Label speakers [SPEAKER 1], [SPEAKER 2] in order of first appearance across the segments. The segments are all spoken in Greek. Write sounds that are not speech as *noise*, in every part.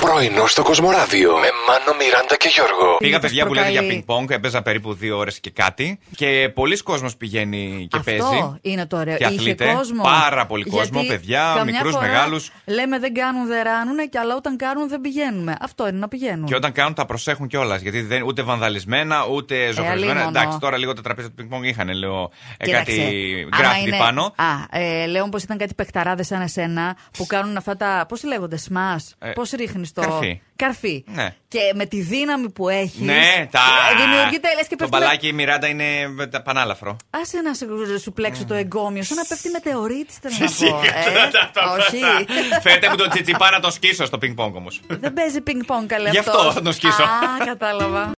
[SPEAKER 1] Πρωινό στο Κοσμοράδιο με Μάνο, Μιράντα και Γιώργο.
[SPEAKER 2] Πήγα
[SPEAKER 3] τους
[SPEAKER 2] παιδιά που λέτε για
[SPEAKER 3] προκαλεί.
[SPEAKER 2] πινκ πονγκ, έπαιζα περίπου δύο ώρες και κάτι. Και πολλοί κόσμος πηγαίνει και
[SPEAKER 3] Αυτό
[SPEAKER 2] παίζει.
[SPEAKER 3] είναι το ωραίο.
[SPEAKER 2] Και
[SPEAKER 3] Είχε
[SPEAKER 2] αθλείται.
[SPEAKER 3] κόσμο.
[SPEAKER 2] Πάρα πολύ κόσμο,
[SPEAKER 3] Γιατί
[SPEAKER 2] παιδιά,
[SPEAKER 3] καμιά
[SPEAKER 2] μικρούς,
[SPEAKER 3] φορά
[SPEAKER 2] μεγάλους.
[SPEAKER 3] Λέμε δεν κάνουν, δεν ράνουν, και αλλά όταν κάνουν δεν πηγαίνουμε. Αυτό είναι να πηγαίνουν.
[SPEAKER 2] Και όταν κάνουν τα προσέχουν κιόλας. Γιατί δεν, ούτε βανδαλισμένα, ούτε ζωγραφισμένα.
[SPEAKER 3] Ε, αλίμονο.
[SPEAKER 2] Εντάξει, τώρα λίγο τα τραπέζια του πινκ πονγκ είχαν, λέω, ε,
[SPEAKER 3] Κοίταξε,
[SPEAKER 2] κάτι
[SPEAKER 3] άμα
[SPEAKER 2] γκράφτι
[SPEAKER 3] είναι-
[SPEAKER 2] πάνω.
[SPEAKER 3] Α, ε, λέω πω ήταν κάτι παιχταράδες σαν εσένα που κάνουν αυτά τα. Πώς λέγονται, σμα.
[SPEAKER 2] Ε,
[SPEAKER 3] Πώς ρίχνεις το.
[SPEAKER 2] καρφί. Ναι.
[SPEAKER 3] Και με τη δύναμη που έχεις.
[SPEAKER 2] Ναι, τα.
[SPEAKER 3] ε, Δημιουργείται, λες και
[SPEAKER 2] Το
[SPEAKER 3] πέφτει. με-
[SPEAKER 2] μπαλάκι η Μιράντα είναι με τα- πανάλαφρο.
[SPEAKER 3] Άσε να σε- σου πλέξω το εγκόμιο, σαν να πέφτει μετεωρίτη. Θέλω
[SPEAKER 2] *laughs*
[SPEAKER 3] να πω.
[SPEAKER 2] Σιγά,
[SPEAKER 3] ε.
[SPEAKER 2] τα- τα-
[SPEAKER 3] Όχι.
[SPEAKER 2] τα- Φέρτε μου τον τσιτσιπά να το σκίσω στο πινκ πονγκ όμως.
[SPEAKER 3] Δεν παίζει πινκ-πονγκ καλέ
[SPEAKER 2] Γι' αυτό θα τον σκίσω.
[SPEAKER 3] Α, κατάλαβα.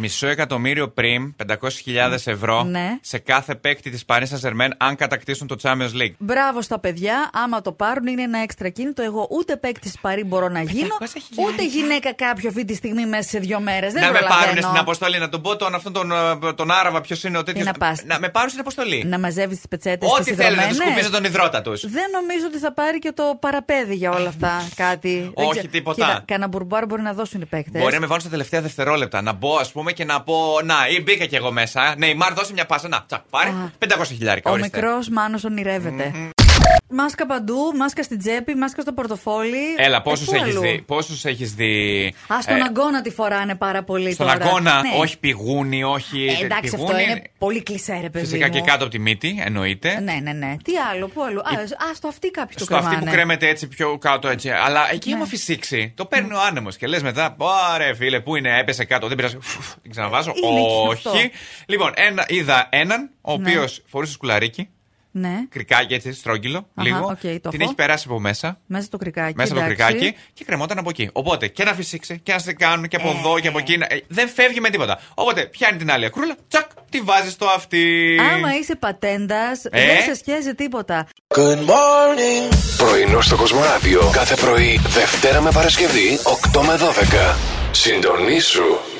[SPEAKER 2] Μισό εκατομμύριο πριν, 500.000 ευρώ
[SPEAKER 3] Ναι.
[SPEAKER 2] σε κάθε παίκτη της Παρίσσα Ζερμέν αν κατακτήσουν το Champions League.
[SPEAKER 3] Μπράβο στα παιδιά. Άμα το πάρουν, είναι ένα έξτρα κίνητο. Εγώ ούτε παίκτης παρή μπορώ να γίνω,
[SPEAKER 2] 500.000.
[SPEAKER 3] ούτε γυναίκα κάποιο αυτή τη στιγμή μέσα σε δύο μέρες. Δεν
[SPEAKER 2] να με
[SPEAKER 3] προλαβαίνω.
[SPEAKER 2] πάρουν στην αποστολή, να τον πω τον, αυτόν τον, ε, τον Άραβα, ποιος είναι ο τέτοιος.
[SPEAKER 3] να πας.
[SPEAKER 2] με πάρουν στην αποστολή.
[SPEAKER 3] Να μαζεύεις τις πετσέτες
[SPEAKER 2] Ό,τι θέλουν, να του σκουπίζω τον υδρότα τους.
[SPEAKER 3] Δεν νομίζω ότι θα πάρει και το παραπέδι για όλα αυτά κάτι. Δεν
[SPEAKER 2] Όχι,
[SPEAKER 3] ξέ-
[SPEAKER 2] τίποτα.
[SPEAKER 3] Κοίτα, Κανένα μπουρμπάρ μπορεί να δώσουν οι παίκτες.
[SPEAKER 2] Μπορεί να με βάλουν στα τελευταία δευτερόλεπτα. Να μπω, ας πούμε, και να πω Να, ή μπήκα κι εγώ μέσα. Ναι, η Μάρ, δώσε μια πάσα. Να, τσακ, πάρε.
[SPEAKER 3] Α.
[SPEAKER 2] 500 χιλιάρικα.
[SPEAKER 3] Ο
[SPEAKER 2] ορίστε.
[SPEAKER 3] μικρός Μάνος ονειρεύεται. Μάσκα παντού, μάσκα στην τσέπη, μάσκα στο πορτοφόλι.
[SPEAKER 2] Έλα,
[SPEAKER 3] Ε,
[SPEAKER 2] πόσους
[SPEAKER 3] πού
[SPEAKER 2] έχεις
[SPEAKER 3] αλλού?
[SPEAKER 2] δει. Πόσους έχεις δει
[SPEAKER 3] Α, στον
[SPEAKER 2] ε,
[SPEAKER 3] αγκώνα τη φοράνε πάρα πολύ
[SPEAKER 2] Στον
[SPEAKER 3] τώρα.
[SPEAKER 2] αγώνα,
[SPEAKER 3] Ναι.
[SPEAKER 2] όχι πηγούνι, όχι.
[SPEAKER 3] Ε, εντάξει, αυτό
[SPEAKER 2] πηγούνι,
[SPEAKER 3] είναι πολύ κλεισέ, ρε παιδί.
[SPEAKER 2] Φυσικά
[SPEAKER 3] μου.
[SPEAKER 2] και κάτω από τη μύτη, εννοείται.
[SPEAKER 3] Ναι, ναι, ναι. Τι άλλο, πού άλλο. Α, α, στο αυτή κάποιοι το
[SPEAKER 2] Ε, Στο αυτή
[SPEAKER 3] κρεμάνε.
[SPEAKER 2] που
[SPEAKER 3] Ε, ναι.
[SPEAKER 2] κρέμεται έτσι πιο κάτω έτσι. Αλλά εκεί άμα φυσήξει, το παίρνει ο άνεμος και λες μετά, Ωραία, φίλε, πού είναι, έπεσε κάτω. Δεν πειράζει. Φουφ, Την ξαναβάζω.
[SPEAKER 3] Είναι εκεί αυτό.
[SPEAKER 2] Όχι. Λοιπόν, ένα, είδα έναν ο οποίος φορούσε σκουλαρίκι,
[SPEAKER 3] Ναι,
[SPEAKER 2] κρικάκι έτσι, στρόγγυλο,
[SPEAKER 3] Αχα,
[SPEAKER 2] λίγο.
[SPEAKER 3] οκ, το
[SPEAKER 2] Την
[SPEAKER 3] έχω.
[SPEAKER 2] έχει περάσει από μέσα.
[SPEAKER 3] μέσα στο κρυκάκι.
[SPEAKER 2] Μέσα από το
[SPEAKER 3] εντάξει.
[SPEAKER 2] κρικάκι και κρεμόταν από εκεί. Οπότε και να φυσήξει και να σε κάνουν και από
[SPEAKER 3] Ε.
[SPEAKER 2] εδώ και από εκεί. να- ε, Δεν φεύγει με τίποτα. Οπότε πιάνει την άλλη ακρούλα, τσακ, τη βάζει στο αυτή.
[SPEAKER 3] Άμα είσαι πατέντας,
[SPEAKER 2] Ε.
[SPEAKER 3] δεν σε σχέζει τίποτα.
[SPEAKER 1] Πρωινό στο Κοσμοράδιο κάθε πρωί, Δευτέρα με Παρασκευή, 8 με 12. Συντονίσου